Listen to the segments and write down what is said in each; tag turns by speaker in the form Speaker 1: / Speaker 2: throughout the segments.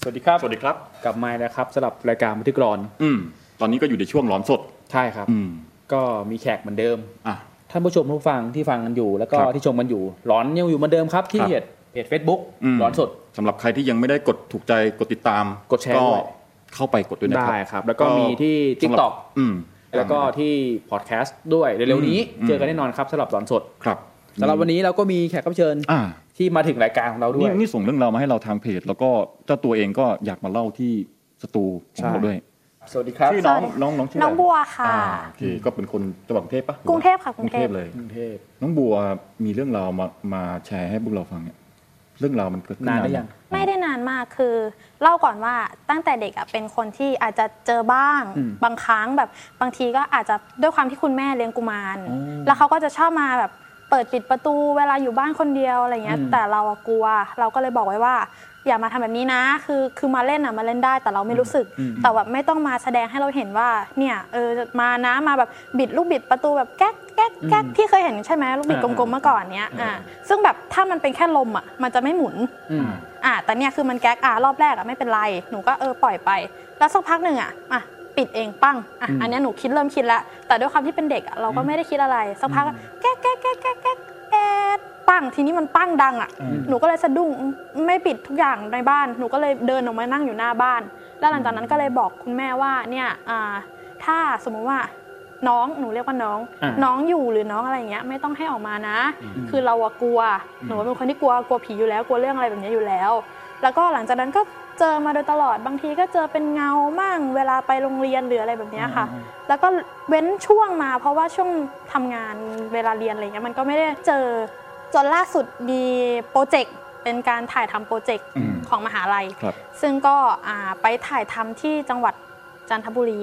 Speaker 1: สวัสดีครับ
Speaker 2: สวัสดีครับ
Speaker 1: กลับมาแล้วครับสำหรับรายการบันทึกรอน
Speaker 2: อืม ตอนนี้ก็อยู่ในช่วงร้อนสด
Speaker 1: ใช่ครับ
Speaker 2: อืม
Speaker 1: ก็มีแขกเหมือนเดิม
Speaker 2: อ่ะ
Speaker 1: ท่านผู้ชมผู้ฟังที่ฟังกันอยู่ แล้วก็
Speaker 2: ครับ
Speaker 1: ที่ชมกันอยู่ร้อนยังอยู่เหมือนเดิมครับ ที่
Speaker 2: ครับ
Speaker 1: เพจเพจเฟซบุ๊ก
Speaker 2: อืม
Speaker 1: ร้อนสด
Speaker 2: สำหรับใครที่ยังไม่ได้กดถูกใจกดติดตาม
Speaker 1: กดแชร์ด้วย
Speaker 2: เข้าไปกดด้วยนะ
Speaker 1: ได้
Speaker 2: ครับ
Speaker 1: ครับ แล้วก็มีที่
Speaker 2: สำห
Speaker 1: Tik t o
Speaker 2: รับ
Speaker 1: อก
Speaker 2: อืม
Speaker 1: แล้วก็ที่พอดแคสต์ด้วยเร็วๆนี้
Speaker 2: อืม
Speaker 1: เจอกันแน่นอนครับสำหรับร้อนสด
Speaker 2: ครับ
Speaker 1: สำหรับวันนี้เราก็มีแขกรับเชิญ
Speaker 2: อ่า
Speaker 1: ที่มาถึงรายการของเราด้ว
Speaker 2: นี่
Speaker 1: ย
Speaker 2: นี่ส่งเรื่องราวมาให้เราทางเพจ แล้วก็เจ้าตัวเองก็อยากมาเล่าที่สตูของเรา
Speaker 1: ใช่
Speaker 2: ด้วย
Speaker 1: สวัสดีครับ
Speaker 2: ชื่อน้องน้องน้องชื่ออะไร
Speaker 3: น้องบัวค่ะ
Speaker 2: อ่าโอเคก็เป็นคนจังหวัดกรุงเทพปะ
Speaker 3: กรุงเทพค่ะ
Speaker 2: ก
Speaker 3: ก
Speaker 2: รุ
Speaker 3: รุ
Speaker 2: ง
Speaker 3: ง
Speaker 2: เท
Speaker 3: เท
Speaker 2: พ
Speaker 3: พ
Speaker 2: เลย
Speaker 1: กรุงเทพ
Speaker 2: น้องบัวมีเรื่องราวมามาแชร์ให้พวกเราฟังเนี่ย เรื่องราวมันเกิดขึ้
Speaker 1: นานหรือยัง
Speaker 3: ไม่ได้นานมากคือเล่าก่อนว่าตั้งแต่เด็กอะเป็นคนที่อาจจะเจอบ้าง
Speaker 1: อืม
Speaker 3: บางครั้งแบบบางทีก็อาจจะด้วยความที่คุณแม่เลี้ยงกุมาร
Speaker 1: อ๋อ
Speaker 3: แล้วเขาก็จะชอบมาแบบเปิดปิดประตูเวลาอยู่บ้านคนเดียวอะไรเงี้ย
Speaker 1: อืม
Speaker 3: แต่เราอะกลัว เราก็เลยบอกไว้ว่า อย่ามาทำแบบนี้นะ คือคือมาเล่นอะมาเล่นได้แต่เราไม่รู้สึก แต่แบบไม่ต้องมาแสดงให้เราเห็นว่าเนี่ยเออมานะมาแบบบิดลูกบิดประตูแบบแก๊กแก๊กแก๊ก
Speaker 1: อืม
Speaker 3: พี่เคยเห็นใช่ไหมลูกบิดกลมๆเมื่อก่อนเนี้ย
Speaker 1: อ่า
Speaker 3: อ่าซึ่งแบบถ้ามันเป็นแค่ลมอะมันจะไม่หมุน
Speaker 1: อืม
Speaker 3: อ่ะแต่เนี่ยคือมันแก๊กอ่ะรอบแรกอ่ะไม่เป็นไร หนูก็เออปล่อยไป แล้วสักพักหนึ่งอ่ะอ่ะปิดเองปั้งอ่ะ
Speaker 1: อืม
Speaker 3: อันเนี้ยหนูคิดเริ่มคิดแล้ว แต่ด้วยความที่เป็นเด็กอ่ะเราก็ไม่ได้คิดอะไร สักพักอ่ะแก๊กแก๊กแก๊กแก๊กแก๊กแก๊กปั้งทีนี้มันปั้งดังอ่ะ
Speaker 2: อืม
Speaker 3: หนูก็เลยสะดุ้งไม่ปิดทุกอย่างในบ้าน หนูก็เลยเดินออกมานั่งอยู่หน้าบ้าน แล้วหลังจากนั้นก็เลยบอกคุณแม่ว่าเนี่ยอ่าถ้าสมมุติว่าน้องหนูเรียกว่าน้อง
Speaker 1: อ่า
Speaker 3: น้องอยู่หรือน้องอะไรเงี้ยไม่ต้องให้ออกมานะ คือเราอะกลัวหนูเป็นคนที่กลัวกลัวผีอยู่แล้วกลัวเรื่องอะไรแบบเนี้ยอยู่แล้ว แล้วก็หลังจากนั้นก็เจอมาโดยตลอดบางทีก็เจอเป็นเงามั่งเวลาไปโรงเรียนหรืออะไรแบบเนี้ยค่ะ
Speaker 1: อ่า
Speaker 3: แล้วก็เว้นช่วงมาเพราะว่าช่วงทำงานเวลาเรียนอะไรเงี้ยมันก็ไม่ได้เจอจนล่าสุดมีโปรเจกต์เป็นการถ่ายทำโปรเจกต์
Speaker 2: อืม
Speaker 3: ของมหาลัย
Speaker 2: ครับ
Speaker 3: ซึ่งก็อ่าไปถ่ายทำที่จังหวัดจันทบุรี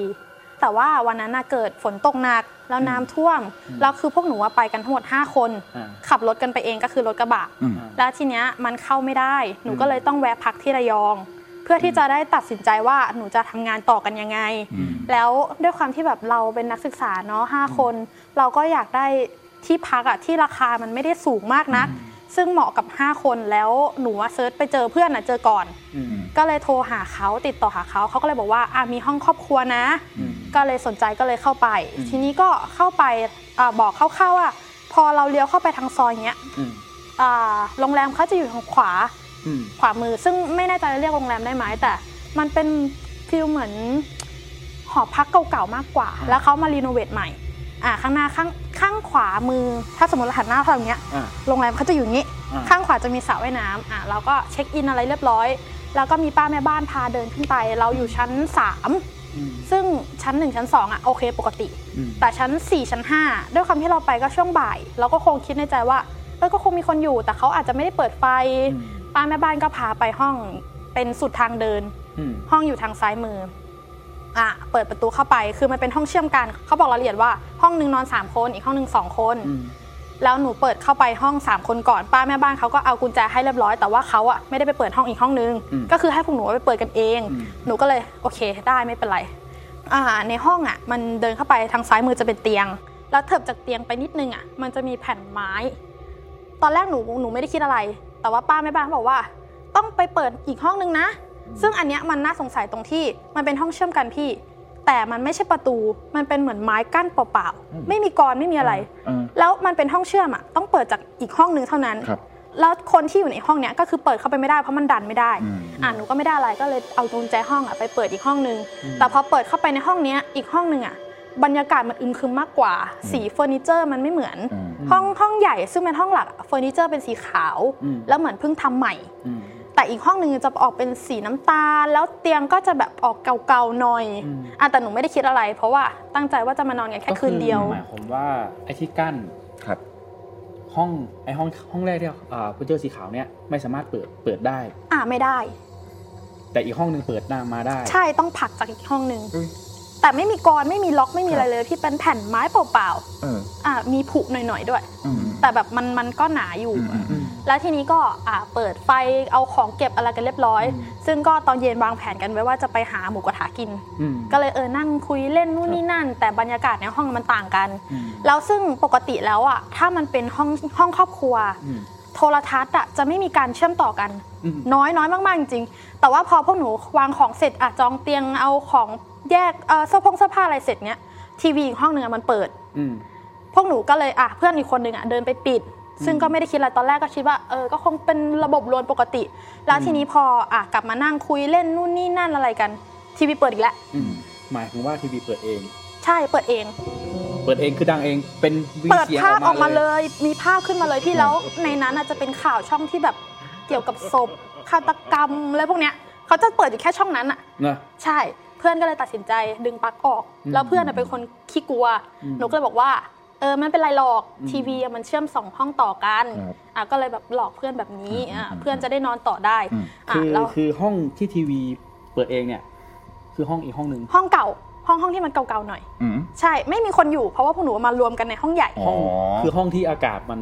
Speaker 3: แต่ว่าวันนั้นน่ะเกิดฝนตกหนักแล้วน้ำท่วม แล้วคือพวกหนูอะไปกันทั้งหมด 5 คน
Speaker 1: อ่า
Speaker 3: ขับรถกันไปเองก็คือรถกระบะ
Speaker 2: อืม
Speaker 3: แล้วทีเนี้ยมันเข้าไม่ได้ หนูก็เลยต้องแวะพักที่ระยอง เพื่อที่จะได้ตัดสินใจว่าหนูจะทำงานต่อกันยังไง
Speaker 2: อืม
Speaker 3: แล้วด้วยความที่แบบเราเป็นนักศึกษาเนาะห้าคน เราก็อยากได้ที่พักอะที่ราคามันไม่ได้สูงมากนัก ซึ่งเหมาะกับ 5 คนแล้วหนูว่าเซิร์ชไปเจอเพื่อนอะเจอก่อน
Speaker 1: อืม
Speaker 3: ก็เลยโทรหาเขาติดต่อหาเขาเขาก็เลยบอกว่าอ่ะมีห้องครอบครัวนะ
Speaker 2: อืม
Speaker 3: ก็เลยสนใจก็เลยเข้าไป ทีนี้ก็เข้าไปอาบอกคร่าวๆว่า พอเราเลี้ยวเข้าไปทางซอยเนี้ย
Speaker 1: อืม
Speaker 3: อ่าโรงแรมเขาจะอยู่ทางขวา
Speaker 1: อืม
Speaker 3: ขวามือซึ่งไม่แน่ใจเรียกโรงแรมได้ไหมแต่ มันเป็นฟิลเหมือนหอพักเก่าๆมากกว่า
Speaker 1: อ่า
Speaker 3: แล้วเขามารีโนเวทใหม่อ่าข้างหน้าข้างข้างขวามือ ถ้าสมมติเราหันหน้าทางเนี้ย
Speaker 1: อ่า
Speaker 3: โรงแรมเขาจะอยู่อย่างนี้
Speaker 1: อ่า
Speaker 3: ข้างขวาจะมีสระว่ายน้ำอ่าเราก็เช็คอินอะไรเรียบร้อย แล้วก็มีป้าแม่บ้านพาเดินขึ้นไป เราอยู่ชั้น 3
Speaker 1: อืม
Speaker 3: ซึ่งชั้น 1 ชั้น 2 อ่ะโอเคปกติ
Speaker 1: อืม
Speaker 3: แต่ชั้น 4 ชั้น 5 ด้วยความที่เราไปก็ช่วงบ่าย เราก็คงคิดในใจว่าเออก็คงมีคนอยู่ แต่เขาอาจจะไม่ได้เปิดไฟ
Speaker 1: อืม
Speaker 3: ป้าแม่บ้านก็พาไปห้องเป็นสุดทางเดิน
Speaker 1: อืม
Speaker 3: ห้องอยู่ทางซ้ายมืออ่ะเปิดประตูเข้าไปคือมันเป็นห้องเชื่อมกัน เขาบอกรายละเอียดว่าห้องนึงนอน 3 คนอีกห้องนึงสองคน
Speaker 1: อืม
Speaker 3: แล้วหนูเปิดเข้าไปห้อง 3 คนก่อน ป้าแม่บ้านเขาก็เอากุญแจให้เรียบร้อยแต่ว่าเขาอะไม่ได้ไปเปิดห้องอีกห้องนึง
Speaker 1: อืม
Speaker 3: ก็คือให้พวกหนูไปเปิดกันเอง
Speaker 1: อืม
Speaker 3: หนูก็เลยโอเคได้ไม่เป็นไรอ่าในห้องอะมันเดินเข้าไปทางซ้ายมือจะเป็นเตียง แล้วเถิบจากเตียงไปนิดนึงอะมันจะมีแผ่นไม้ ตอนแรกหนูหนูไม่ได้คิดอะไร แต่ว่าป้าแม่บ้านเขาบอกว่า ต้องไปเปิดอีกห้องนึงนะ ซึ่งอันเนี้ยมันน่าสงสัยตรงที่มันเป็นห้องเชื่อมกันพี่ แต่มันไม่ใช่ประตูมันเป็นเหมือนไม้กั้นเปล่า
Speaker 2: อืม
Speaker 3: ๆไม่มีกรไม่มีอะไร
Speaker 2: อ่า
Speaker 3: แล้วมันเป็นห้องเชื่อมอ่ะต้องเปิดจากอีกห้องนึงเท่านั้น
Speaker 2: ครับ
Speaker 3: แล้วคนที่อยู่ในห้องเนี้ยก็คือเปิดเข้าไปไม่ได้เพราะมันดันไม่ได้
Speaker 2: อืม
Speaker 3: อ่ะหนูก็ไม่ได้อะไรก็เลยเอากุญแจห้องอ่ะไปเปิดอีกห้องนึง แต่พอเปิดเข้าไปในห้องเนี้ยอีกห้องนึงอ่ะบรรยากาศมันอึมครึมมากกว่า สีเฟอร์นิเจอร์มันไม่เหมือน
Speaker 2: อืม
Speaker 3: ห้องห้องใหญ่ซึ่งเป็นห้องหลักอะเฟอร์นิเจอร์เป็นสีขาว
Speaker 1: อืม
Speaker 3: แล้วเหมือนเพิ่งทำใหม่
Speaker 1: อืม
Speaker 3: แต่อีกห้องหนึ่งจะออกเป็นสีน้ำตาล แล้วเตียงก็จะแบบออกเก่าๆหน่อย
Speaker 1: อืม
Speaker 3: อ่ะแต่หนูไม่ได้คิดอะไร เพราะว่าตั้งใจว่าจะมานอนกันแค่คืนเดียว
Speaker 1: ก็อหมายความว่าไอ้ที่กั้น
Speaker 2: ครับ
Speaker 1: ห้องไอ้ห้องห้องแรกที่อ่าพุทเจอร์สีขาวเนี่ยไม่สามารถเปิดเปิดได้
Speaker 3: อ่ะไม่ได้
Speaker 1: แต่อีกห้องหนึ่งเปิดหน้ามาได้
Speaker 3: ใช่ต้องผลักจากอีกห้องหนึ่ง
Speaker 1: เอ้ย
Speaker 3: แต่ไม่มีกรอนไม่มีล็อกไม่มีอะไรเลยพี่เป็นแผ่นไม้เปล่า
Speaker 2: เออ
Speaker 3: ๆอ่ะมีผุหน่อยๆด้วย
Speaker 2: อืม
Speaker 3: แต่แบบมันมันก็หนาอยู่
Speaker 2: อืมอืมอืม
Speaker 3: แล้วทีนี้ก็อ่ะเปิดไฟเอาของเก็บอะไรกันเรียบร้อย ซึ่งก็ตอนเย็นวางแผนกันไว้ว่าจะไปหาหมูกระทะกิน
Speaker 1: อืม
Speaker 3: ก็เลยเออนั่งคุยเล่นนู่นนี่นั่น แต่บรรยากาศในห้องมันต่างกัน
Speaker 1: อืม
Speaker 3: แล้วซึ่งปกติแล้วอ่ะถ้ามันเป็นห้องห้องครอบครัว
Speaker 1: อืม
Speaker 3: โทรทัศน์อะจะไม่มีการเชื่อมต่อกัน
Speaker 1: อืม
Speaker 3: น้อยน้อยมากๆจริงๆแต่ว่าพอพวกหนูวางของเสร็จอะจองเตียงเอาของแยกเอ่อเสื้อผงเสื้อผ้าอะไรเสร็จเนี้ยทีวีอีกห้องหนึ่งอะมันเปิด
Speaker 1: อืม
Speaker 3: พวกหนูก็เลยอ่ะเพื่อนอีกคนหนึ่งอ่ะเดินไปปิด ซึ่งก็ไม่ได้คิดอะไรตอนแรกก็คิดว่าเออก็คงเป็นระบบรวนปกติ แล้วทีนี้พออ่ะกลับมานั่งคุยเล่นนู่นนี่นั่นอะไรกันทีวีเปิดอีกแล้ว
Speaker 1: อืม หมายถึงว่าทีวีเปิดเอง
Speaker 3: ใช่เปิดเอง
Speaker 1: เปิดเองคือดังเอง เป็นวี
Speaker 3: เปิด
Speaker 1: เสียง
Speaker 3: ภาพอ
Speaker 1: อ
Speaker 3: อ
Speaker 1: อก กมา
Speaker 3: มาเล
Speaker 1: เลย
Speaker 3: ย มีภาพขึ้นมาเลยพี่ แล้วในนั้นอาจจะเป็นข่าวช่องที่แบบเกี่ยวกับศพฆาตกรรมอะไรพวกเนี้ยเขาจะเปิดอยู่แค่ช่องนั้นอ่ะ
Speaker 1: นะ
Speaker 3: ใช่เพื่อนก็เลยตัดสินใจดึงปลั๊กออก
Speaker 1: อืม
Speaker 3: แล้วเพื่อนนะเป็นคนขี้กลัว
Speaker 1: อืม
Speaker 3: หนูก็เลยบอกว่าเออมันเป็นไรหรอก
Speaker 1: อืม
Speaker 3: ทีวีอะมันเชื่อมสองห้องต่อกัน
Speaker 2: ครับ
Speaker 3: อ่ะก็เลยแบบหลอกเพื่อนแบบนี้
Speaker 2: อืม
Speaker 3: อ่ะ
Speaker 2: อืม
Speaker 3: เพื่อนจะได้นอนต่อได้
Speaker 2: อืม
Speaker 3: อ่ะ
Speaker 1: คือ
Speaker 3: แล้ว
Speaker 1: คือห้องที่ทีวีเปิดเองเนี่ย คือห้องอีกห้องหนึ่ง
Speaker 3: ห้องเก่าห้องห้องที่มันเก่าๆหน่อย
Speaker 2: อืม
Speaker 3: ใช่ไม่มีคนอยู่เพราะว่าพวกหนูมารวมกันในห้องใหญ่
Speaker 2: อ๋
Speaker 1: ห้
Speaker 2: อ
Speaker 1: องคือห้องที่อากาศมัน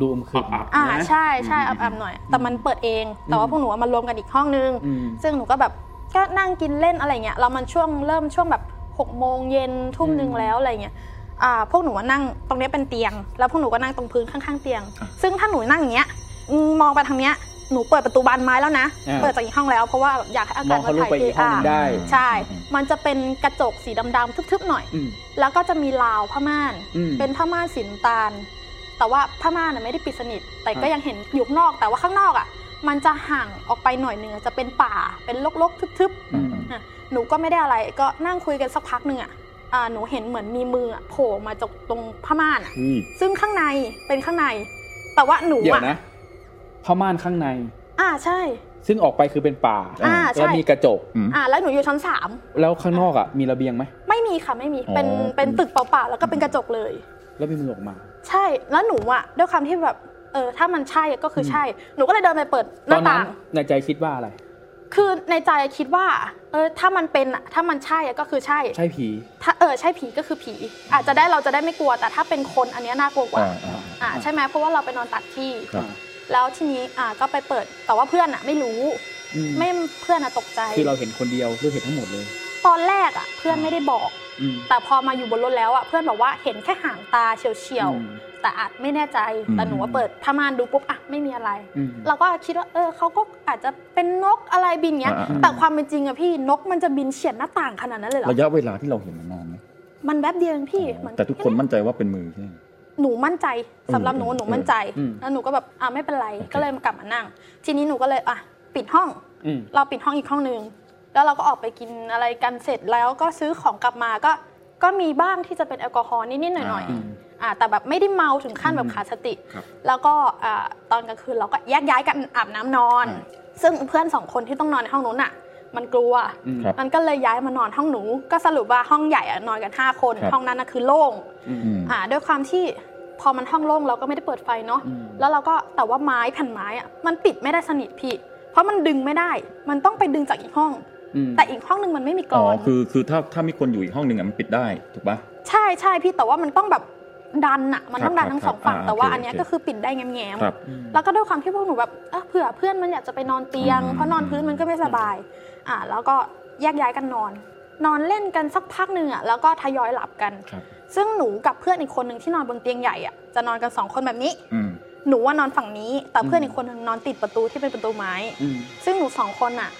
Speaker 1: ดูมคืออับ
Speaker 3: อ่า
Speaker 1: นะ
Speaker 3: ใช่ใช่
Speaker 2: อืม
Speaker 3: อับๆหน่อย แต่มันเปิดเอง แต่ว่าพวกหนูอะมารวมกันอีกห้องนึง
Speaker 1: อืม
Speaker 3: ซึ่งหนูก็แบบก็นั่งกินเล่นอะไรเงี้ยแล้วมันช่วงเริ่มช่วงแบบ6กโมงเย็นทุ่มหนึ่ง
Speaker 1: อืม
Speaker 3: แล้วอะไรเงี้ยอ่าพวกหนูว่านั่งตรงเนี้ยเป็นเตียง แล้วพวกหนูก็นั่งตรงพื้นข้างๆเตียง ซึ่งถ้าหนูนั่งอย่างเงี้ยอืมมองไปทางเนี้ยหนูเปิดประตูบานไม้แล้วนะ
Speaker 1: อ่า
Speaker 3: เปิดจากอีกห้องแล้วเพราะว่าอยากให้อาม กา
Speaker 1: อง
Speaker 3: ศมั
Speaker 1: เขา
Speaker 3: น
Speaker 1: ลง
Speaker 3: ถ่าย
Speaker 1: ไป
Speaker 3: เท
Speaker 1: อีกห้องหนึง
Speaker 3: อ่า
Speaker 1: ได้
Speaker 3: ใช่ มันจะเป็นกระจกสีดำๆทึบๆหน่อย
Speaker 1: อืม
Speaker 3: แล้วก็จะมีราวผ้าม่าน
Speaker 1: อืม
Speaker 3: เป็นผ้าม่านสีน้ำตาล แต่ว่าผ้าม่านน่ะไม่ได้ปิดสนิท แต่ก็
Speaker 1: อ่ะ
Speaker 3: ยังเห็นอยู่ข้างนอก แต่ว่าข้างนอกอ่ะ มันจะห่างออกไปหน่อยหนึ่งจะเป็นป่า เป็นลกๆทึบ
Speaker 2: อืมอืม
Speaker 3: ๆอ่ะหนูก็ไม่ได้อะไร ก็นั่งคุยกันสักพักหนึ่งอ่ะอ่าหนูเห็นเหมือนมีมืออ่ะโผล่มาจากตรงผ้าม่านอ่ะ
Speaker 1: อืม
Speaker 3: ซึ่งข้างใน เป็นข้างใน แต่ว่าหนู
Speaker 1: เดี๋ยว
Speaker 3: อ่ะ
Speaker 1: นะผ้าม่านข้างใน
Speaker 3: อ่าใช่
Speaker 1: ซึ่งออกไปคือเป็นป่า
Speaker 2: อ่า
Speaker 3: อ่า
Speaker 1: แล้ว
Speaker 3: ใช่
Speaker 1: มีกระจก
Speaker 2: อืม
Speaker 3: อ่าแล้วหนูอยู่ชั้นสาม
Speaker 1: แล้วข้างนอกอ่ะ มีระเบียงไหม
Speaker 3: ไม่มีค่ะไม่มี
Speaker 2: อ๋อ
Speaker 3: เป็น เป็นตึกเปล่าๆ แล้วก็เป็นกระจกเลย
Speaker 1: แล้วมีมือออกมา
Speaker 3: ใช่ แล้วหนูอะด้วยความที่แบบ เออ ถ้ามันใช่ก็คือใช่ หนูก็เลยเดินไปเปิดห
Speaker 1: ตอ
Speaker 3: น้าน
Speaker 1: นั้น
Speaker 3: ต่าง
Speaker 1: ในใจคิดว่าอะไร
Speaker 3: คือในใจคิดว่า เออ ถ้ามันเป็นอะถ้ามันใช่อะก็คือใช่
Speaker 1: ใช่ผี
Speaker 3: ถ้า เออ ใช่ผีก็คือผี อาจจะได้เราจะได้ไม่กลัว แต่ถ้าเป็นคนอันเนี้ยน่ากลัวกว่า
Speaker 2: อ่าอ่า
Speaker 3: อ่า ใช่ไหมเพราะว่าเราไปนอนตัดที่
Speaker 2: ครับ
Speaker 3: แล้วทีนี้ อ่า ก็ไปเปิด แต่ว่าเพื่อนอะไม่รู้
Speaker 1: อืม
Speaker 3: ไม่ เพื่อนอะตกใจ
Speaker 1: คือเราเห็นคนเดียวหรือเห็นทั้งหมดเลย
Speaker 3: ตอนแรกอะเพื่อนไม่ได้บอก
Speaker 1: อืม
Speaker 3: แต่พอมาอยู่บนรถแล้วอะเพื่อนบอกว่าเห็นแค่หางตาเฉียว
Speaker 1: อืม
Speaker 3: ๆ แต่อาจไม่แน่ใจ แต่หนูว่าเปิดผ้าม่านดูปุ๊บอะไม่มีอะไร
Speaker 1: อืม
Speaker 3: เราก็คิดว่าเออเขาก็อาจจะเป็นนกอะไรบินเงี้ย
Speaker 2: อ่าอ่า
Speaker 3: แต่ความเป็นจริงอะพี่นกมันจะบินเฉียดหน้าต่างขนาดนั้นเลยเหรอ
Speaker 2: ระยะเวลาที่เราเห็นมันนานไหม
Speaker 3: มันแป๊บเดียวเองพี่
Speaker 2: อ๋อ
Speaker 3: มัน
Speaker 2: แต่ทุกคนมั่นใจว่าเป็นมือใช่ไหม
Speaker 3: หนูมั่นใจสำหรับหนู
Speaker 2: เออ
Speaker 3: หนูมั่นใจ
Speaker 1: อืม
Speaker 3: แล้วหนูก็แบบอ่ะไม่เป็นไร
Speaker 2: โอเค
Speaker 3: ก็เลยมากลับมานั่ง ทีนี้หนูก็เลยอ่ะปิดห้อง
Speaker 1: อืม
Speaker 3: เราปิดห้องอีกห้องหนึ่งแล้วเราก็ออกไปกินอะไรกันเสร็จแล้วก็ซื้อของกลับมาก็ ก็มีบ้างที่จะเป็นแอลกอฮอล์นิดๆหน่อย
Speaker 2: อ่า
Speaker 3: ๆอ่าแต่แบบไม่ได้เมาถึงขั้นแบบขาดสติ
Speaker 2: ครับ
Speaker 3: แล้วก็อ่าตอนกลางคืนเราก็แยกย้ายกันอาบน้ำนอน
Speaker 2: อ่า
Speaker 3: ซึ่งเพื่อนสองคนที่ต้องนอนในห้องนู้นอ่ะ มันกลัว
Speaker 1: อืม
Speaker 2: ครับ
Speaker 3: มันก็เลยย้ายมานอนห้องหนู ก็สรุปว่าห้องใหญ่อะนอนกัน 5 คน
Speaker 2: ครับ
Speaker 3: ห้องนั้นนะคือโล่ง
Speaker 1: อืม
Speaker 2: อืม
Speaker 3: อ่าด้วยความที่พอมันห้องโล่งเราก็ไม่ได้เปิดไฟเนาะ
Speaker 1: อืม
Speaker 3: แล้วเราก็แต่ว่าไม้แผ่นไม้อะมันปิดไม่ได้สนิทพี่ เพราะมันดึงไม่ได้ มันต้องไปดึงจากอีกห้อง
Speaker 1: อืม
Speaker 3: แต่อีกห้องหนึ่งมันไม่มีกร
Speaker 2: อ๋อ
Speaker 3: อน
Speaker 2: คือ คือ ถ้า ถ้ามีคนอยู่อีกห้องหนึ่งอ่ะ มันปิดได้ ถูกปะ
Speaker 3: ใช่ใช่พี่แต่ว่ามันต้องแบบดันอะมันต้องดัน
Speaker 2: ครับ
Speaker 3: ทั้งสองฝั่ง
Speaker 2: ครับ
Speaker 3: แต่ว่า
Speaker 2: อ่า
Speaker 3: อันเนี้ย
Speaker 2: โอเค
Speaker 3: ก็คือปิดได้แง้ม
Speaker 2: ครับ
Speaker 3: ๆแล้วก็ด้วยความที่พวกหนูแบบเอ้อเผื่อเพื่อนมันอยากจะไปนอนเตียง
Speaker 2: อืม
Speaker 3: เพราะนอนพื้นมันก็ไม่สบายอ่าแล้วก็แยกย้ายกันนอน นอนเล่นกันสักพักหนึ่งอะแล้วก็ทยอยหลับกัน
Speaker 2: ครับ
Speaker 3: ซึ่งหนูกับเพื่อนอีกคนหนึ่งที่นอนบนเตียงใหญ่อะจะนอนกันสองคนแบบนี้
Speaker 2: อืม
Speaker 3: หนูว่านอนฝั่งนี้ แต่เพื่อน
Speaker 1: อืม
Speaker 3: อีกคนหนึ่งนอนติดประตูที่เป็นประตูไม้
Speaker 1: อืม
Speaker 3: ซึ่งหนูสองคนอะ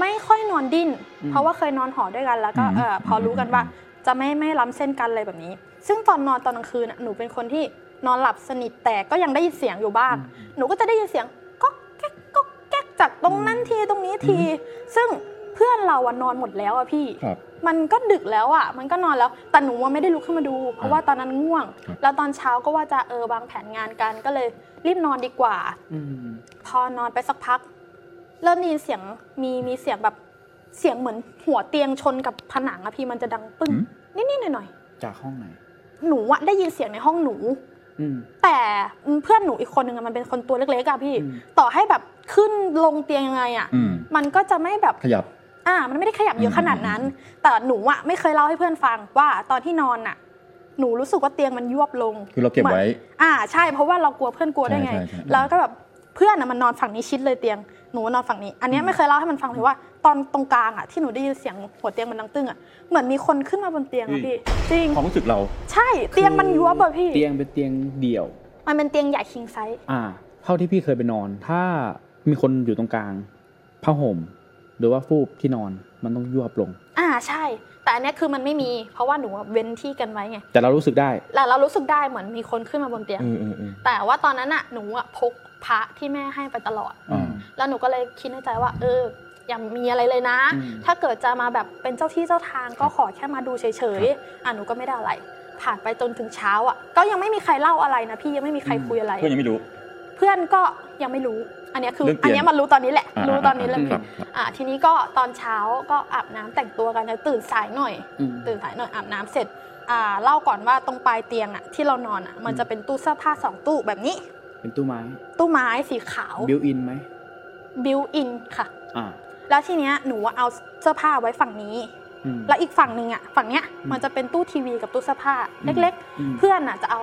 Speaker 3: ไม่ค่อยนอนดิ้น
Speaker 1: อืม
Speaker 3: เพราะว่าเคยนอนหอด้วยกันแล้วก็
Speaker 2: อืม
Speaker 3: เออพอรู้กันว่า
Speaker 2: อื
Speaker 3: จะไม่ไม่ล้ำเส้นกันอะไรแบบนี้ ซึ่งตอนนอนตอนกลางคืนอะหนูเป็นคนที่นอนหลับสนิทแต่ก็ยังได้ยินเสียงอยู่บ้าง หนูก็จะได้ยินเสียงก๊อกแก๊กก๊อกแก๊กจากตรงนั้นทีตรงนี้ที ซึ่งเพื่อนเราอะนอนหมดแล้วอะพี่
Speaker 2: ครับ
Speaker 3: มันก็ดึกแล้วอะมันก็นอนแล้วแต่หนูว่าไม่ได้ลุกขึ้นมาดู เพราะว่าตอนนั้นง่วง
Speaker 2: ครับ
Speaker 3: แล้วตอนเช้าก็ว่าจะเออวางแผนงานกันก็เลยรีบนอนดีกว่า
Speaker 1: อืม
Speaker 3: พอนอนไปสักพัก เริ่มได้ยินเสียงมีมีเสียงแบบเสียงเหมือนหัวเตียงชนกับผนังอะพี่มันจะดังปึ้ง
Speaker 2: หืม
Speaker 3: นิดๆหน่อย
Speaker 1: จากห้องไหน
Speaker 3: ๆหนูอะได้ยินเสียงในห้องหนู
Speaker 1: อืม
Speaker 3: แต่เพื่อนหนูอีกคนหนึ่งอะมันเป็นคนตัวเล็กๆอะพี่
Speaker 1: อืม
Speaker 3: ต่อให้แบบขึ้นลงเตียงยังไงอะ
Speaker 2: อืม
Speaker 3: มันก็จะไม่แบบ
Speaker 2: ขยับ
Speaker 3: อ่า มันไม่ได้ขยับเยอะ
Speaker 2: อืม
Speaker 3: ขนาดนั้น แต่หนูอะไม่เคยเล่าให้เพื่อนฟังว่าตอนที่นอนอะหนูรู้สึกว่าเตียงมันยวบลง
Speaker 2: คือเราเก็บไว้
Speaker 3: อ่าใช่เพราะว่าเรากลัวเพื่อนกลัวได้ไง
Speaker 2: ใช่ใช่ใช่
Speaker 3: แล้วก็แบบเพื่อนอะมันนอนฝั่งนี้ชิดเลยเตียงหนูนอนฝั่งนี้ อันเนี้ยไม่เคยเล่าให้มันฟังเลยว่า ตอนตรงกลางอ่ะที่หนูได้ยินเสียงหัวเตียงมันดังตึ้งอ่ะเหมือนมีคนขึ้นมาบนเตียง
Speaker 1: อื
Speaker 3: อะ
Speaker 1: ม
Speaker 3: พี่จริง
Speaker 2: ความรู้สึกเรา
Speaker 3: ใช่เตียงมันยัวบอะพี่
Speaker 1: เตียงเป็นเตียงเดี่ยว
Speaker 3: มันเป็นเตียงใหญ่คิงไซส์
Speaker 1: อ่า เท่าที่พี่เคยไปนอน ถ้ามีคนอยู่ตรงกลางผ้าห่ม หรือว่าฟูบที่นอนมันต้องยวบลง
Speaker 3: อ่าใช่ แต่อันเนี้ยคือมันไม่มี เพราะว่าหนูอะเว้นที่กันไว้ไง
Speaker 1: แต่เรารู้สึกได้
Speaker 3: แล้วเรารู้สึกได้เหมือนมีคนขึ้นมาบนเตียง
Speaker 4: เออเออเออ
Speaker 3: แต่ว่าตอนนั้นอะหนูอะพกพระที่แม่ให้ไปตลอด
Speaker 2: อ่า
Speaker 3: แล้วหนูก็เลยคิดในใจว่า เออ อย่ามีอะไรเลยนะ
Speaker 1: อืม
Speaker 3: ถ้าเกิดจะมาแบบเป็นเจ้าที่เจ้าทางก็ขอแค่มาดูเฉยๆอ่ะหนูก็ไม่ได้อะไร ผ่านไปจนถึงเช้าอ่ะ ก็ยังไม่มีใครเล่าอะไรนะพี่ยังไม่มีใครคุยอะไร
Speaker 2: เพื่อนยังไม่รู้
Speaker 3: เพื่อนก็ยังไม่รู้ อันเนี้ยคือ
Speaker 2: เรื่องเตี
Speaker 3: อัน
Speaker 2: ยง
Speaker 3: เนี้ยมันรู้ตอนนี้แหละ
Speaker 2: อ่า
Speaker 3: รู้ตอนนี้เลย
Speaker 2: ครับครับ
Speaker 3: อ่ะทีนี้ก็ตอนเช้าก็อาบน้ำแต่งตัวกันจะตื่นสายหน่อย
Speaker 1: อืม
Speaker 3: ตื่นสายหน่อยอาบน้ำเสร็จอ่าเล่าก่อนว่าตรงปลายเตียงอ่ะที่เรานอนอ่ะมัน
Speaker 1: อืม
Speaker 3: จะเป็นตู้เสื้อผ้าสองตู้แบบนี้
Speaker 1: เป็นตู้ไม้
Speaker 3: ตู้ไม้สีขาว
Speaker 1: บิวอินไหม
Speaker 3: บิวอินค่ะ
Speaker 1: อ่า
Speaker 3: แล้วทีเนี้ยหนูอะเอาเสื้อผ้าไว้ฝั่งนี้
Speaker 1: อืม
Speaker 3: แล้วอีกฝั่งหนึ่งอ่ะฝั่งเนี้ย
Speaker 1: อืม
Speaker 3: มันจะเป็นตู้ทีวีกับตู้เสื้อผ้าเล็ก
Speaker 1: ม
Speaker 3: ๆ เพื่อนอ่ะจะเอา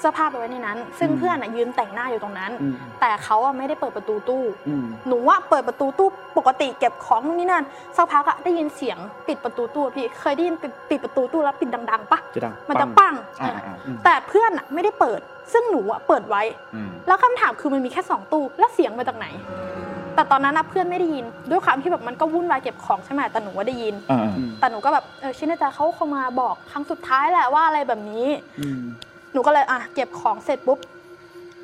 Speaker 3: เสื้อผ้าไปไว้ในนั้น ซึ่ง
Speaker 1: อืม
Speaker 3: เพื่อนอ่ะยืนแต่งหน้าอยู่ตรงนั้น
Speaker 1: อืม
Speaker 3: แต่เขาอ่ะไม่ได้เปิดประตูตู้
Speaker 1: อืม
Speaker 3: หนูว่าเปิดประตูตู้ปกติเก็บของนู่นนี่นั่นสักพักอะได้ยินเสียงปิดประตูตู้อะพี่เคยได้ยินปิดปิดประตูตู้แล้วปิดดังๆปะ
Speaker 1: จะดัง
Speaker 3: มันจะ
Speaker 1: ง
Speaker 3: ปัง
Speaker 2: อ่า
Speaker 3: เออ
Speaker 2: อ่า
Speaker 1: อืม
Speaker 3: แต่เพื่อนอะไม่ได้เปิด ซึ่งหนูอะเปิดไว้
Speaker 2: อืม
Speaker 3: แล้วคำถามคือมันมีแค่สองตู้แล้วเสียงมาจากไหน แต่ตอนนั้นนะเพื่อนไม่ได้ยินด้วยความที่แบบมันก็วุ่นวายเก็บของใช่ไหมแต่หนูว่าได้ยิน
Speaker 2: อ่าอ่า
Speaker 1: อืม
Speaker 3: แต่หนูก็แบบเออชินอาจารย์เขาคงมาบอกครั้งสุดท้ายแหละว่าอะไรแบบนี้
Speaker 1: อืม
Speaker 3: หนูก็เลยอ่ะเก็บของเสร็จปุ๊บ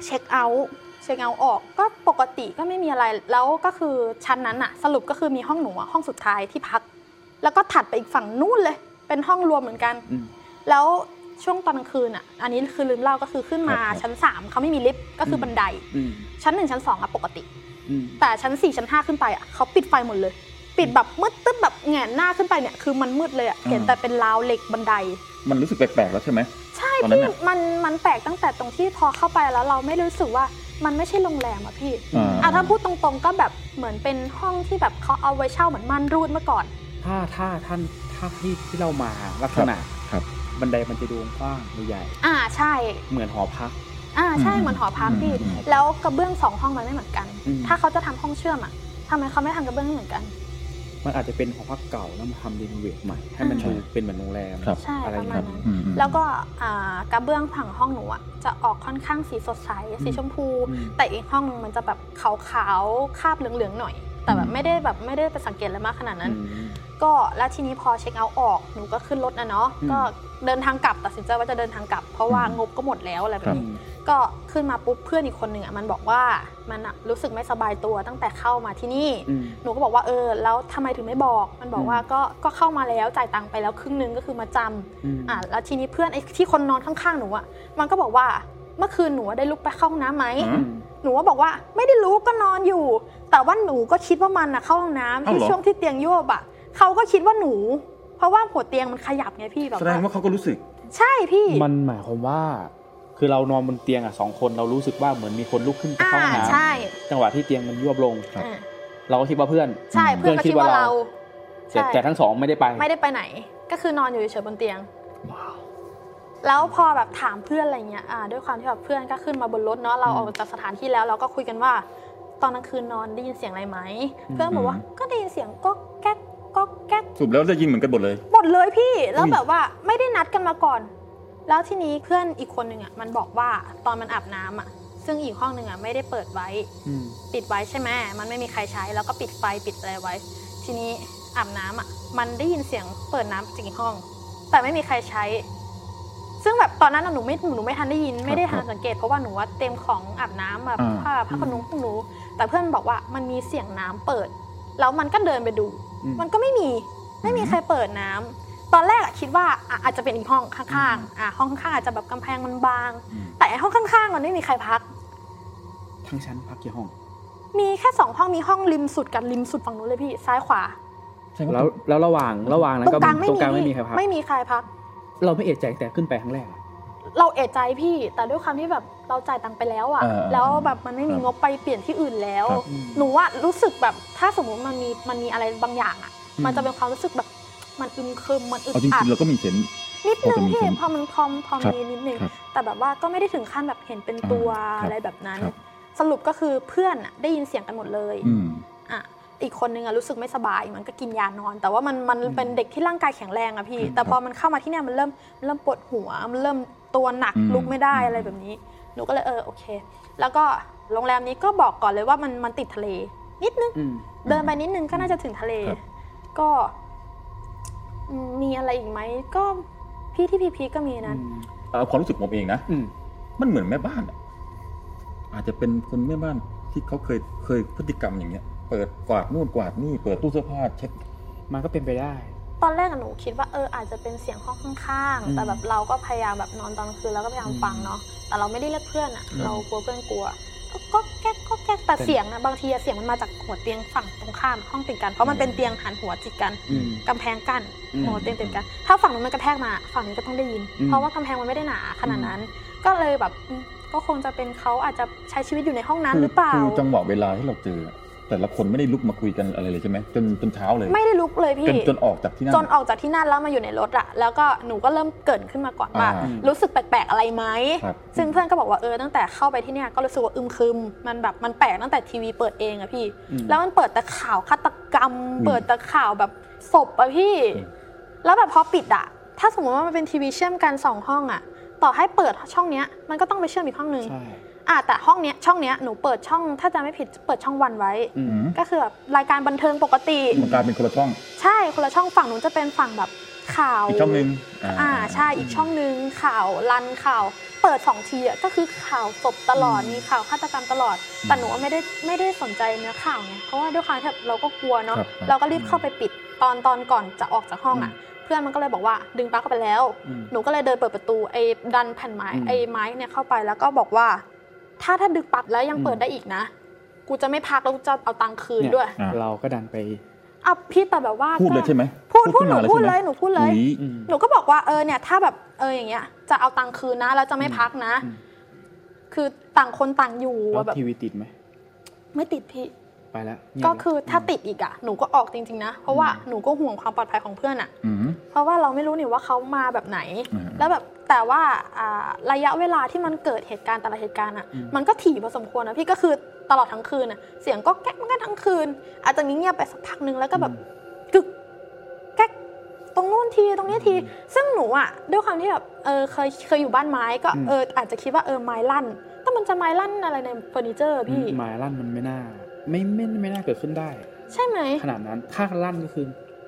Speaker 3: เช็คเอาท์เช็คเอาท์ออกก็ปกติก็ไม่มีอะไรแล้วก็คือชั้นนั้นอะสรุปก็คือมีห้องหนูอะห้องสุดท้ายที่พัก แล้วก็ถัดไปอีกฝั่งนู้นเลย เป็นห้องรวมเหมือนกัน
Speaker 1: อืม
Speaker 3: แล้วช่วงตอนกลางคืนอะอันนี้คือลืมเล่าก็คือขึ้นมา
Speaker 2: ครับครับ
Speaker 3: ชั้นสามเขาไม่มีลิฟต์ก็คือบันได
Speaker 1: อืม
Speaker 3: ชั้นหนึ่งชั้นสองอะปกติ
Speaker 1: อืม
Speaker 3: แต่ชั้นสี่ชั้นห้าขึ้นไปอะเขาปิดไฟหมดเลย ปิดแบบมืดตึ๊บแบบแหงนหน้าขึ้นไปเนี่ยคือมันมืดเลยอะเห็นแต่เป็นราวเหล็กบันได
Speaker 2: มันรู้สึกแปลกๆแล้วใช่ไหม
Speaker 3: ใช่
Speaker 2: ตอนนั้
Speaker 3: พี่
Speaker 2: นน่ะ
Speaker 3: มันมันแปลกตั้งแต่ตรงที่พอเข้าไปแล้วเราไม่รู้สึกว่ามันไม่ใช่โรงแรมอะพี่
Speaker 2: อ่
Speaker 3: อ่ะ
Speaker 2: า
Speaker 3: ถ้าพูดตรงๆก็แบบเหมือนเป็นห้องที่แบบเขาเอาไว้เช่าเหมือนม่านรูดเมื่อก่อน
Speaker 1: ถ้าถ้าท่านถ้าที่ที่เรามาลักษณะ
Speaker 2: ครับ
Speaker 1: บันไดมันจะดูกว้างใหญ่
Speaker 3: อ่าใช่
Speaker 1: เหมือนหอพัก
Speaker 3: อ่าใช่
Speaker 2: อืม
Speaker 3: เหมือนหอพักพี่
Speaker 2: อืม
Speaker 3: แล้วกระเบื้องสองห้องมันไม่เหมือนกัน
Speaker 1: อืม
Speaker 3: ถ้าเขาจะทำห้องเชื่อมอะทำไมเขาไม่ทำกระเบื้องให้เหมือนกัน
Speaker 1: มันอาจจะเป็นหอพักเก่าแล้วมาทำรีโนเวทใหม่ ให้มัน
Speaker 3: อ่า
Speaker 1: ดูเป็นเหมือนโรงแรม
Speaker 2: ครับ
Speaker 3: ใช่
Speaker 1: อะไร
Speaker 3: ประมาณ
Speaker 1: ครับ
Speaker 3: นั้น
Speaker 2: อืมอืม
Speaker 3: แล้วก็อ่ากระเบื้องผังห้องหนูอะจะออกค่อนข้างสีสดใสสีชมพู
Speaker 1: อืม
Speaker 3: แต่อีกห้องนึงมันจะแบบขาวๆคาบเหลืองๆหน่อย แต่แบบไม่ได้แบบไม่ได้ไปสังเกตอะไรมากขนาดนั้น
Speaker 1: อืม
Speaker 3: ก็แล้วทีนี้พอเช็คเอาท์ออกหนูก็ขึ้นรถนะเนาะ
Speaker 1: อืม
Speaker 3: ก็เดินทางกลับตัดสินใจว่าจะเดินทางกลับ เพราะว่า
Speaker 2: อืม
Speaker 3: งบก็หมดแล้วอะไรแบ
Speaker 2: ครับ บ
Speaker 3: นี้ก็ขึ้นมาปุ๊บเพื่อนอีกคนหนึ่งอ่ะมันบอกว่ามันอ่ะรู้สึกไม่สบายตัวตั้งแต่เข้ามาที่นี่
Speaker 1: อืม
Speaker 3: หนูก็บอกว่าเออแล้วทำไมถึงไม่บอกมันบอก
Speaker 1: อืม
Speaker 3: ว่าก็ก็เข้ามาแล้วจ่ายตังค์ไปแล้วครึ่งหนึงก็คือมาจำ
Speaker 1: อืม
Speaker 3: อ่ะแล้วทีนี้เพื่อนไอ้ที่คนนอนข้างๆหนูอ่ะมันก็บอกว่าเมื่อคืนหนูอะได้ลุกไปเข้าห้องน้ำไหม
Speaker 2: อื
Speaker 1: อืม
Speaker 3: หนูก็บอกว่าไม่ได้ลุกก็นอนอยู่ แต่ว่าหนูก็คิดว่ามันอะเข้าห้องน้ำ
Speaker 2: อ้าว
Speaker 3: ที่
Speaker 2: เหรอ
Speaker 3: ช่วงที่เตียงโยบอะเขาก็คิดว่าหนู เพราะว่าหัวเตียงมันขยับไงพี่แบบ
Speaker 2: แสดงว่าเขาก็รู้สึก
Speaker 3: ใช่พี่
Speaker 1: มันหมายความว่า คือเรานอนบนเตียงอ่ะสองคนเรารู้สึกว่าเหมือนมีคนลุกขึ้นไป
Speaker 3: อ่า
Speaker 1: เข้าห้องน้
Speaker 3: ใช่
Speaker 1: ำจังหวะที่เตียงมันยวบลง
Speaker 2: ครับ
Speaker 3: อ่า
Speaker 1: เราก็คิดว่าเพื่อน
Speaker 3: ใช่เพื่อนก็คิดว่าเรา
Speaker 1: แต่
Speaker 3: ใช่
Speaker 1: แต่ทั้งสองไม่ได้ไป
Speaker 3: ไม่ได้ไปไหน ก็คือนอนอยู่เฉยๆบนเตียง แล้วพอแบบถามเพื่อนอะไรเงี้ยอ่าด้วยความที่แบบเพื่อนก็ขึ้นมาบนรถเนาะเรา
Speaker 1: อืม
Speaker 3: ออกจากสถานที่แล้วเราก็คุยกันว่า ตอนกลางคืนนอนได้ยินเสียงอะไรไหม
Speaker 1: อืม
Speaker 3: เพื่อนบอกว่าก็ได้ยินเสียงก็แก๊กก็แก๊ก
Speaker 2: สรุปแล้วได้ยินเหมือนกันหมดเลย
Speaker 3: หมดเลยพี่แล้ว
Speaker 2: อุ้ย
Speaker 3: แบบว่าไม่ได้นัดกันมาก่อน แล้วทีนี้เพื่อนอีกคนหนึ่งอ่ะมันบอกว่าตอนมันอาบน้ำอ่ะ ซึ่งอีกห้องหนึ่งอ่ะไม่ได้เปิดไว้
Speaker 1: อืม
Speaker 3: ปิดไว้ใช่ไหมมันไม่มีใครใช้แล้วก็ปิดไฟปิดอะไรไว้ ทีนี้อาบน้ำอ่ะมันได้ยินเสียงเปิดน้ำจากอีกห้อง แต่ไม่มีใครใช้ ซึ่งแบบตอนนั้นอะหนูไม่หนูไม่ทันได้ยินไม่ได้ทันสังเกตเพราะว่าหนูว่าเต็มของอาบน้ำแบบ
Speaker 2: อ่า
Speaker 3: ผ้าผ้าขนหนูพวกหนู แต่เพื่อนบอกว่ามันมีเสียงน้ำเปิด แล้วมันก็เดินไปดู
Speaker 1: อืม
Speaker 3: มันก็ไม่มี ไม่มีใครเปิดน้ำ ตอนแรกอะคิดว่าอ่ะอาจจะเป็นอีกห้องข้างๆอ่ะห้องข้างๆอาจจะแบบกำแพงมันบาง
Speaker 2: อืม
Speaker 3: แต่ไอ้ห้องข้างๆมันไม่มีใครพัก
Speaker 1: ทั้งชั้นพักกี่ห้อง
Speaker 3: มีแค่สองห้องมีห้องริมสุดกับริมสุดฝั่งนู้นเลยพี่ซ้ายขวา
Speaker 1: แล้วแล้วระหว่างระหว่างนั้น
Speaker 3: ตรง
Speaker 1: ก็
Speaker 3: กลางไม่
Speaker 1: ตรง
Speaker 3: มี
Speaker 1: กลางไม่มีใครพัก
Speaker 3: ไม่มีใครพัก
Speaker 1: เราไม่เอะใจแต่ขึ้นไปครั้งแรกอะ
Speaker 3: เราเอะใจพี่ แต่ด้วยความที่แบบเราจ่ายตังค์ไปแล้วอะ
Speaker 2: เออ
Speaker 3: แล้วแบบมันไม่
Speaker 2: ค
Speaker 3: มี
Speaker 2: รับ
Speaker 3: งบไปเปลี่ยนที่อื่นแล้ว
Speaker 2: ครับ
Speaker 1: อืม
Speaker 3: หนูว่ารู้สึกแบบถ้าสมมติมันมีมันมีอะไรบางอย่างอะ
Speaker 1: อืม
Speaker 3: มันจะเป็นความรู้สึกแบบมันอึมครึมมันอึด
Speaker 2: เอาจ
Speaker 3: อั
Speaker 2: ริ
Speaker 3: ด
Speaker 2: งๆเราก็มีเซนส์
Speaker 3: นิดนึ
Speaker 2: พ
Speaker 3: ง
Speaker 2: อจะมี
Speaker 3: พี่
Speaker 2: เซนส์
Speaker 3: พอมันพอมพอ
Speaker 2: ครับ
Speaker 3: มีนิดนึง
Speaker 2: ครับ
Speaker 3: แต่แบบว่าก็ไม่ได้ถึงขั้นแบบเห็นเป็นตัว
Speaker 2: อ่าครับ
Speaker 3: อะไรแบบนั้น
Speaker 2: ครับ
Speaker 3: สรุปก็คือเพื่อนอะได้ยินเสียงกันหมดเลย
Speaker 2: อืม
Speaker 3: อ่ะอีกคนนึงอะรู้สึกไม่สบายมันก็กินยานอน แต่ว่ามันมัน
Speaker 1: อืม
Speaker 3: เป็นเด็กที่ร่างกายแข็งแรงอะพี่
Speaker 2: ครับ
Speaker 3: แต่พอมันเข้ามาที่เนี่ยมันเริ่มมันเริ่มปวดหัวมันเริ่มตัวหนัก
Speaker 2: อืม
Speaker 3: ลุกไม่ได้
Speaker 2: อืม
Speaker 3: อะไรแบบนี้หนูก็เลยเออโอเค แล้วก็ โรงแรมนี้ก็บอกก่อนเลยว่ามันมันติดทะเล นิดนึง
Speaker 1: อืม
Speaker 3: เดินไปนิดนึงก็น่าจะถึงทะเล
Speaker 2: ครับ
Speaker 3: ก็อืมมีอะไรอีกไหม ก็พี่ที่พีพีก็มีนะ
Speaker 2: เอาความรู้สึกผมเองนะ
Speaker 1: อืม
Speaker 2: มันเหมือนแม่บ้านอะอาจจะเป็นคนแม่บ้านที่เขาเคยเคยพฤติกรรมอย่างเงี้ย เปิดกวาดนู่นกวาดนี่ เปิดตู้เสื้อผ้าเช็ด
Speaker 1: มันก็เป็นไปได้
Speaker 3: ตอนแรกอะหนูคิดว่าเอออาจจะเป็นเสียงห้องข้าง
Speaker 1: อื
Speaker 3: ๆ
Speaker 1: ม
Speaker 3: แต่แบบเราก็พยายามแบบนอนตอนคืนแล้วก็พยายามฟังเนาะ แต่เราไม่ได้เรียกเพื่อนอะ
Speaker 1: อืม
Speaker 3: เรากลัวเพื่อนกลัว ก็ก็แก๊กก็แก๊กแต่
Speaker 1: เป็น
Speaker 3: เสียงอะบางทีอะเสียงมันมาจากหัวเตียงฝั่งตรงข้ามห้องติดกัน เพราะมันเป็นเตียงหันหัวติดกัน
Speaker 1: อืม
Speaker 3: กำแพงกั้น
Speaker 1: อืม
Speaker 3: หัวเตียงติดกัน ถ้าฝั่งนู้นมันกระแทกมาฝั่งนี้ก็ต้องได้ยิน
Speaker 1: อืม
Speaker 3: เพราะว่ากำแพงมันไม่ได้หนาขนาดนั้น ก็เลยแบบอืมก็คงจะเป็นเขาอาจจะใช้ชีวิตอยู่ในห้องนั้นหรือเปล่า
Speaker 2: คือจังหวะเวลาที่เราเจอ แต่ละคนไม่ได้ลุกมาคุยกันอะไรเลยใช่ไหมจนจนเช้าเลย
Speaker 3: ไม่ได้ลุกเลย
Speaker 2: จ
Speaker 3: พี่
Speaker 2: นจนออกจากที่นั่น
Speaker 3: จนออกจากที่นั่นแล้วมาอยู่ในรถอะแล้วก็หนูก็เริ่มเกรินขึ้นมาก่อนว่า
Speaker 2: อ่า
Speaker 3: รู้สึกแปลกๆอะไรไหม
Speaker 2: ครับ
Speaker 3: ซึ่งเพื่อนก็บอกว่าเออตั้งแต่เข้าไปที่เนี่ยก็รู้สึกว่าอึมครึม มันแบบมันแปลกตั้งแต่ทีวีเปิดเองอะพี่
Speaker 1: อืม
Speaker 3: แล้วมันเปิดแต่ข่าวฆาตกรรม
Speaker 2: อืม
Speaker 3: เปิดแต่ข่าวแบบศพอะพี่
Speaker 2: อืม
Speaker 3: แล้วแบบพอปิดอะถ้าสมมติว่ามันเป็นทีวีเชื่อมกันสองห้องอะต่อให้เปิดช่องเนี้ยมันก็ต้องไปเชื่อมอีกห้องนึง
Speaker 1: ใช่
Speaker 3: อ่ะแต่ห้องเนี้ยช่องเนี้ยหนูเปิดช่องถ้าจะไม่ผิดเปิดช่องวันไว้
Speaker 1: อื
Speaker 2: อื
Speaker 1: ม
Speaker 2: ม
Speaker 3: ก็คือแบบรายการบันเทิงปกติ
Speaker 2: มันกลายเป็นคนละช่อง
Speaker 3: ใช่คนละช่องฝั่งนู้นจะเป็นฝั่งแบบข่าว
Speaker 2: อีกช่องหนึ่ง
Speaker 3: อ่าใช่อีกช่องหนึ่งข่าวรันข่าว เปิดสองทีอะก็คือข่าวศพตลอด
Speaker 1: อืม
Speaker 3: มีข่าวฆาตกรรมตลอด แต่หนูว่าไม่ได้ไม่ได้สนใจเนื้อข่าวไงเพราะว่าด้วยความที่แบบเราก็กลัวเนาะ
Speaker 2: ครับครับ
Speaker 3: เราก็รีบเข้าไปปิดตอนตอนก่อนจะออกจากห้องอ่ะ เพื่อนมันก็เลยบอกว่าดึงปลั๊กเข้าไปแล้ว
Speaker 1: อืม
Speaker 3: หนูก็เลยเดินเปิดประตูไอ้ดันแผ่นไม้
Speaker 1: อืม
Speaker 3: ไอ้ไม้เนี่ยเข้าไปแล้วก็บอกว่า ถ้าถ้าดึงปลั๊กแล้วยัง
Speaker 1: อืม
Speaker 3: เปิดได้อีกนะ กูจะไม่พักแล้วกูจะเอาตังค์คืนด้วย
Speaker 2: อ่ะ
Speaker 1: เราก็ดันไป
Speaker 3: อ่ะพี่แต่แบบว่า
Speaker 2: พูดเลย
Speaker 3: ก็
Speaker 2: ใช่ไหม
Speaker 3: พูดพูด
Speaker 2: ขึ้
Speaker 3: หนู
Speaker 2: มา
Speaker 3: พูด
Speaker 2: ใช่
Speaker 3: เล
Speaker 2: ไหม
Speaker 3: ยหนูพูดเลย
Speaker 2: อุ๊
Speaker 1: อืม
Speaker 3: หนูก็บอกว่าเออเนี่ยถ้าแบบเอออย่างเงี้ยจะเอาตังค์คืนนะแล้วจะไม่พักนะ
Speaker 1: อืม
Speaker 3: คือต่างคนต่างอยู่
Speaker 1: แล้ว
Speaker 3: อะแบบ
Speaker 1: ทีวีติดไหม
Speaker 3: ไม่ติดพี่
Speaker 1: ไปแล้วเงียบ
Speaker 3: ก็
Speaker 1: แล้ว
Speaker 3: คือถ้าติดอีกอะหนูก็ออกจริงๆนะ เพราะว่าหนูก็ห่วงความปลอดภัยของเพื่อนอะ
Speaker 2: อืม
Speaker 3: เพราะว่าเราไม่รู้นี่ว่าเขามาแบบไหน
Speaker 2: อืม
Speaker 3: แล้วแบบแต่ว่าอ่าระยะเวลาที่มันเกิดเหตุการณ์แต่ละเหตุการณ์อะมันก็ถี่พอสมควรนะพี่ก็คือตลอดทั้งคืนอะเสียงก็แก๊กมันก็ทั้งคืน อาจจะเงียบๆไปสักพักนึงแล้วก็แบบ กึกแก๊กตรงนู้นทีตรงนี้ที ซึ่งหนูอ่ะด้วยความที่แบบเออเคยเคยอยู่บ้านไม้ก็เอออาจจะคิดว่าเออไม้ลั่นแต่มันจะไม้ลั่นอะไรในเฟอร์นิเจอร์
Speaker 1: อืม
Speaker 3: พี่
Speaker 1: หมายลั่นมันไม่น่า ไม่ไม่ไม่น่าเกิดขึ้นได้
Speaker 3: ใช่ไหม
Speaker 1: ขนาดนั้น ถ้าลั่นก็คือ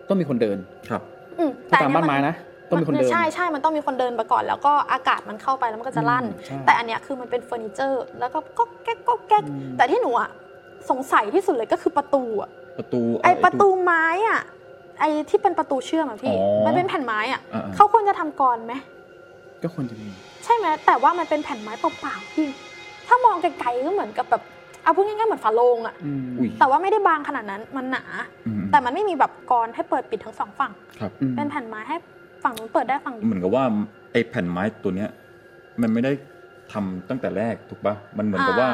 Speaker 1: ต้องมีคนเดิน
Speaker 2: ครับ
Speaker 3: อืม
Speaker 1: ถ้าตาม
Speaker 3: อั
Speaker 1: บ้านไม้นะ ต้องมีคนเดิน
Speaker 3: ใช่ใช่มันต้องมีคนเดินไปก่อน แล้วก็อากาศมันเข้าไปแล้วมันก็จะลั่น
Speaker 1: ใช่
Speaker 3: แต่อันเนี้ยคือมันเป็นเฟอร์นิเจอร์ แล้วก็ก็แก๊กก็แก๊ก
Speaker 1: อืม
Speaker 3: แต่ที่หนูอ่ะสงสัยที่สุดเลยก็คือประตูอ่ะ
Speaker 2: ประตู
Speaker 3: ไอ
Speaker 2: เ
Speaker 3: ประตูไม้อ่ะไอที่เป็นประตูเชื่อมอ่ะพี่
Speaker 2: อ๋อ
Speaker 3: มันเป็นแผ่นไม้อ่ะ
Speaker 2: อ่าๆ
Speaker 3: เขาควรจะทำกลอนไหม
Speaker 1: ก็ควรจะมี
Speaker 3: ใช่ไหมแต่ว่ามันเป็นแผ่นไม้เปล่าๆพี่ ถ้ามองไกลๆก็เหมือนกับแบบเอาพูดง่ายๆเหมือนฝาโลงอะ
Speaker 1: อืม
Speaker 2: อุ้ย
Speaker 3: แต่ว่าไม่ได้บางขนาดนั้นมันหนา
Speaker 2: อืม
Speaker 3: แต่มันไม่มีแบบกรอนให้เปิดปิดทั้งสองฝั่ง
Speaker 2: ครับ
Speaker 1: อืม
Speaker 3: เป็นแผ่นไม้ให้ฝั่งนู้นเปิดได้ฝั่งนี้
Speaker 2: เหมือนกับว่าไอ้แผ่นไม้ตัวเนี้ย มันไม่ได้ทำตั้งแต่แรกถูกปะมันเหมือนกับว่า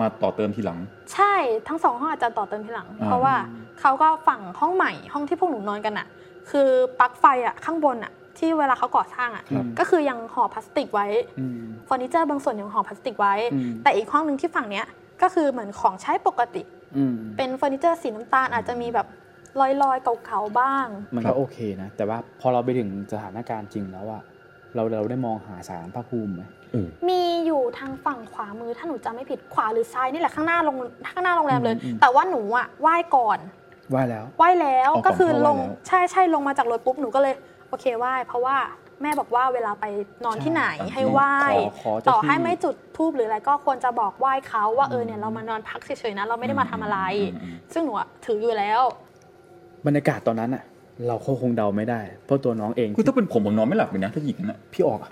Speaker 2: มาต่อเติมทีหลัง
Speaker 3: ใช่ทั้งสองห้องอาจจะต่อเติมทีหลัง
Speaker 2: อ่า
Speaker 3: เพราะว่าเขาก็ฝั่งห้องใหม่ห้องที่พวกหนูนอนกันอะคือปลั๊กไฟอะข้างบนอะที่เวลาเขาก่อสร้างอะ
Speaker 1: ครับ
Speaker 3: ก็คือยังห่อพลาสติกไว้
Speaker 1: อืม
Speaker 3: เฟอร์นิเจอร์บางส่วนยังห่อพลาสติกไว้
Speaker 1: อืม
Speaker 3: แต่อีกห้องหนึ่งที่ฝั่งเนี้ยก็คือเหมือนของใช้ปกติ
Speaker 1: อืม
Speaker 3: เป็นเฟอร์นิเจอร์สีน้ำตาลอาจจะมีแบบลอยๆเก่าๆบ้าง
Speaker 1: มันก็โอเคนะ แต่ว่าพอเราไปถึงสถานการณ์จริงแล้วอะเราเราได้มองหาสารพระภูมิไหม
Speaker 2: เออ
Speaker 3: มีอยู่ทางฝั่งขวามือถ้าหนูจำไม่ผิดขวาหรือซ้ายนี่แหละข้างหน้าโรงข้างหน้าโรงแรมเลย
Speaker 1: อืมอืม
Speaker 3: แต่ว่าหนูอะไหว้ก่อน
Speaker 1: ไหว่าแล้ว
Speaker 3: ไหว้แล้ว
Speaker 2: เอาก่อน
Speaker 3: ก็คือลง
Speaker 2: เข้าไหว้แล้ว
Speaker 3: ใช่ใช่ลงมาจากรถปุ๊บหนูก็เลยโอเคไหว้เพราะว่าแม่บอกว่าเวลาไปนอน
Speaker 1: ใช่
Speaker 3: ที่ไหน
Speaker 2: อ่ะ
Speaker 3: ให้ไหว้
Speaker 1: ขอขอเจ้า
Speaker 3: ต่อ
Speaker 1: ที่
Speaker 3: ให้ไม่จุดทูบหรืออะไรก็ควรจะบอกไหว้เขาว่าเออเนี่
Speaker 1: อื
Speaker 3: ย
Speaker 1: ม
Speaker 3: เรามานอนพักเฉยๆนะเราไม่ได้มาทำอะไร
Speaker 2: อืมอืมอืม
Speaker 3: ซึ่งหนูอะถืออยู่แล้ว
Speaker 1: บรรยากาศตอนนั้นอะเราก็คงเดาไม่ได้ เพราะตัวน้องเอง
Speaker 2: คือถ้าเป็นผมผมนอนไม่หลับเลยนะถ้าหยิกนั้นอะ
Speaker 1: พี่ออกอะ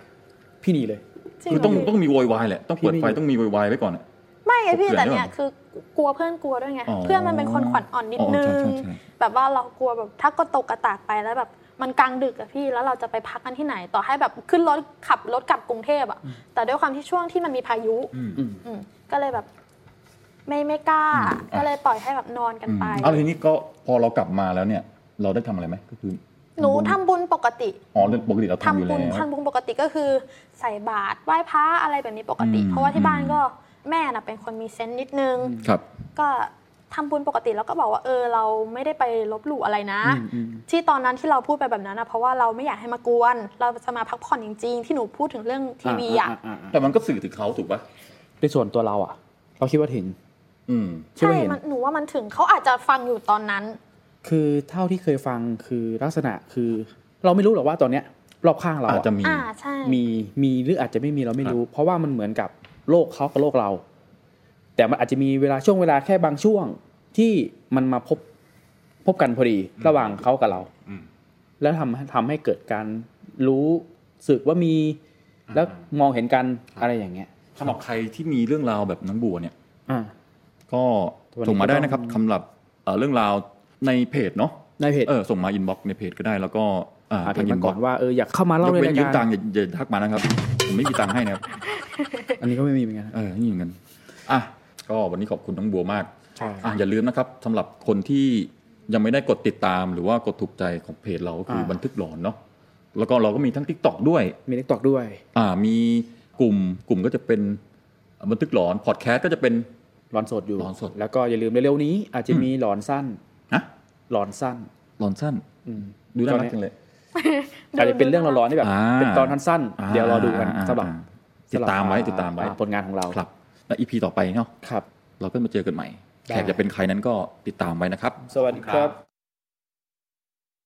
Speaker 1: พี่หนีเลย
Speaker 3: จริง
Speaker 2: คือต้อง
Speaker 3: เหรอพี่
Speaker 2: ต้องมีโวยวายแหละ ต้องเปิด
Speaker 1: พี่
Speaker 2: ไฟ
Speaker 1: ไม่
Speaker 2: ต้องมีโวยวายไว้ก่อนอะ
Speaker 3: ไม่ไงพี่
Speaker 2: เพื่อน
Speaker 3: แต่
Speaker 2: ด้วย
Speaker 3: เนี่ยคือกลัวเพื่อนกลัวด้วยไง
Speaker 2: อ๋อ
Speaker 3: เพื่อนมันเป็นคนขวัญอ่อนนิด
Speaker 2: อ๋อ
Speaker 3: นึง
Speaker 2: ใช่ใช่ใช่
Speaker 3: แบบว่าเรากลัวแบบถ้าก็ตกกระตากไปแล้วแบบมันกลางดึกอะพี่แล้วเราจะไปพักกันที่ไหน ต่อให้แบบขึ้นรถขับรถกลับกรุงเทพอะแต่ด้วยความที่ช่วงที่มันมีพายุ
Speaker 2: อืม
Speaker 1: อืม
Speaker 3: อืมก็เลยแบบ ไม่ไม่กล้า
Speaker 2: ะ
Speaker 3: ก็เลยปล่อยให้แบบนอนกันไป
Speaker 2: เอาทีนี้ก็พอเรากลับมาแล้วเนี่ย เราได้ทำอะไรไหมก็คือ
Speaker 3: หนูทำบุญปกติ
Speaker 2: อ๋อเรื่องปกติเราทำอยู่
Speaker 3: ทำบุ
Speaker 2: แล้
Speaker 3: ญ
Speaker 2: ว
Speaker 3: ทำบุญปกติก็คือใส่บาตรไหว้พระอะไรแบบนี้ปกติ
Speaker 2: อืม
Speaker 3: เพราะว่าที่บ้าน
Speaker 2: อืม
Speaker 3: ก็แม่น่ะเป็นคนมีเซนต์นิดนึง
Speaker 2: ครับ
Speaker 3: ก็ทำบุญปกติแล้วก็บอกว่าเออเราไม่ได้ไปลบหลู่อะไรนะ
Speaker 1: อืมอืม
Speaker 3: ที่ตอนนั้นที่เราพูดไปแบบนั้นนะเพราะว่าเราไม่อยากให้มากวน เราจะมาพักผ่อนจริงๆ ที่หนูพูดถึงเรื่องทีวีอ่ะ
Speaker 1: อ่าอ่าอ่าอ่า
Speaker 2: แต่มันก็สื่อถึงเขาถูกปะ
Speaker 1: ในส่วนตัวเราอะ เราคิดว่าถึง
Speaker 2: อืม
Speaker 1: คิด
Speaker 3: ใช่
Speaker 1: ว่าเห็น
Speaker 3: มันหนูว่ามันถึงเขาอาจจะฟังอยู่ตอนนั้น
Speaker 1: คือเท่าที่เคยฟังคือลักษณะคือ เราไม่รู้หรอกว่าตอนเนี้ยรอบข้างเรา
Speaker 2: อาจ
Speaker 1: อะ
Speaker 2: จะมี
Speaker 3: อ่าใช่
Speaker 1: มีมีหรืออาจจะไม่มีเราไม่รู้ เพราะว่ามันเหมือนกับโลกเขากับโลกเรา แต่มันอาจจะมีเวลาช่วงเวลาแค่บางช่วงที่มันมาพบพบกันพอดี
Speaker 2: อืม
Speaker 1: ระหว่างเขากับเรา
Speaker 2: อืม
Speaker 1: แล้วทำทำให้เกิดการรู้สึกว่ามี
Speaker 2: อ่า
Speaker 1: แล้วมองเห็นกันอะไรอย่างเงี้ย
Speaker 2: สำหรับใครที่มีเรื่องราวแบบน้องบัวเนี่ย
Speaker 1: อ่า
Speaker 2: ก็
Speaker 1: วันนี้
Speaker 2: ส่งมาได้นะครับ
Speaker 1: ก็ต้อง
Speaker 2: สำหรับเอ่อเรื่องราวในเพจเนาะ
Speaker 1: ในเพจ
Speaker 2: เออส่งมาอินบ็อกในเพจก็ได้แล้วก็อ่า
Speaker 1: หาเพ
Speaker 2: ทา
Speaker 1: จ
Speaker 2: งอิ
Speaker 1: มาน
Speaker 2: บ็
Speaker 1: ก่
Speaker 2: อ
Speaker 1: อก นว่าเอออยากเข้ามาเล่าย
Speaker 2: ก
Speaker 1: ใน
Speaker 2: เว้น
Speaker 1: ราย
Speaker 2: ยืม
Speaker 1: กา
Speaker 2: ตั
Speaker 1: ง ร
Speaker 2: ค์อย่าอย่าทักมานะครับ ผมไม่มีตังค์ให้นะครับ
Speaker 1: อันนี้ก็ไม่มีเหมือนกันนะ
Speaker 2: เออนี่เหมือนกันอ่ะก็วันนี้ขอบคุณน้องบัวมาก
Speaker 1: ใช่
Speaker 2: อ่ะอย่าลืมนะครับสำหรับคนที่ยังไม่ได้กดติดตามหรือว่ากดถูกใจของเพจเราก็คืออา บันทึกหลอนเนาะแล้วก็เราก็มีทั้ง t ิ k t o k ด้วย
Speaker 1: มีเล็กตอกด้วย
Speaker 2: อ่ามีกลุ่มกลุ่มก็จะเป็นบันทึกหลอนพอดแคสต์ก็จะเป็น
Speaker 1: หลอนสดอยู่
Speaker 2: หลอนสด
Speaker 1: แล้วก็อย่าลืมเร็วๆนี้ อาจจะมีหลอนสั้น
Speaker 2: นะ
Speaker 1: หลอนสั้น
Speaker 2: หลอนสั้น
Speaker 1: อืม
Speaker 2: ดูน่ารัก
Speaker 1: ตอ
Speaker 2: จังเลย
Speaker 1: อาจจะเป็นเรื่องร้อนๆที่แบบ
Speaker 2: อ่า
Speaker 1: เป็นตอนสั้นๆเดี๋ยวรอดูกัน
Speaker 2: อ่า
Speaker 1: สำหรับ
Speaker 2: อ่าติดตามไว้ติดตามไว้
Speaker 1: อ่ผลงานของเรา
Speaker 2: ครับและอีพีต่อไปเนาะ
Speaker 1: ครับ
Speaker 2: เราก็มาเจอกันใหม่
Speaker 1: ได้
Speaker 2: แขกจะเป็นใครนั้นก็ติดตามไว้นะครับ
Speaker 1: สวัสดีครับ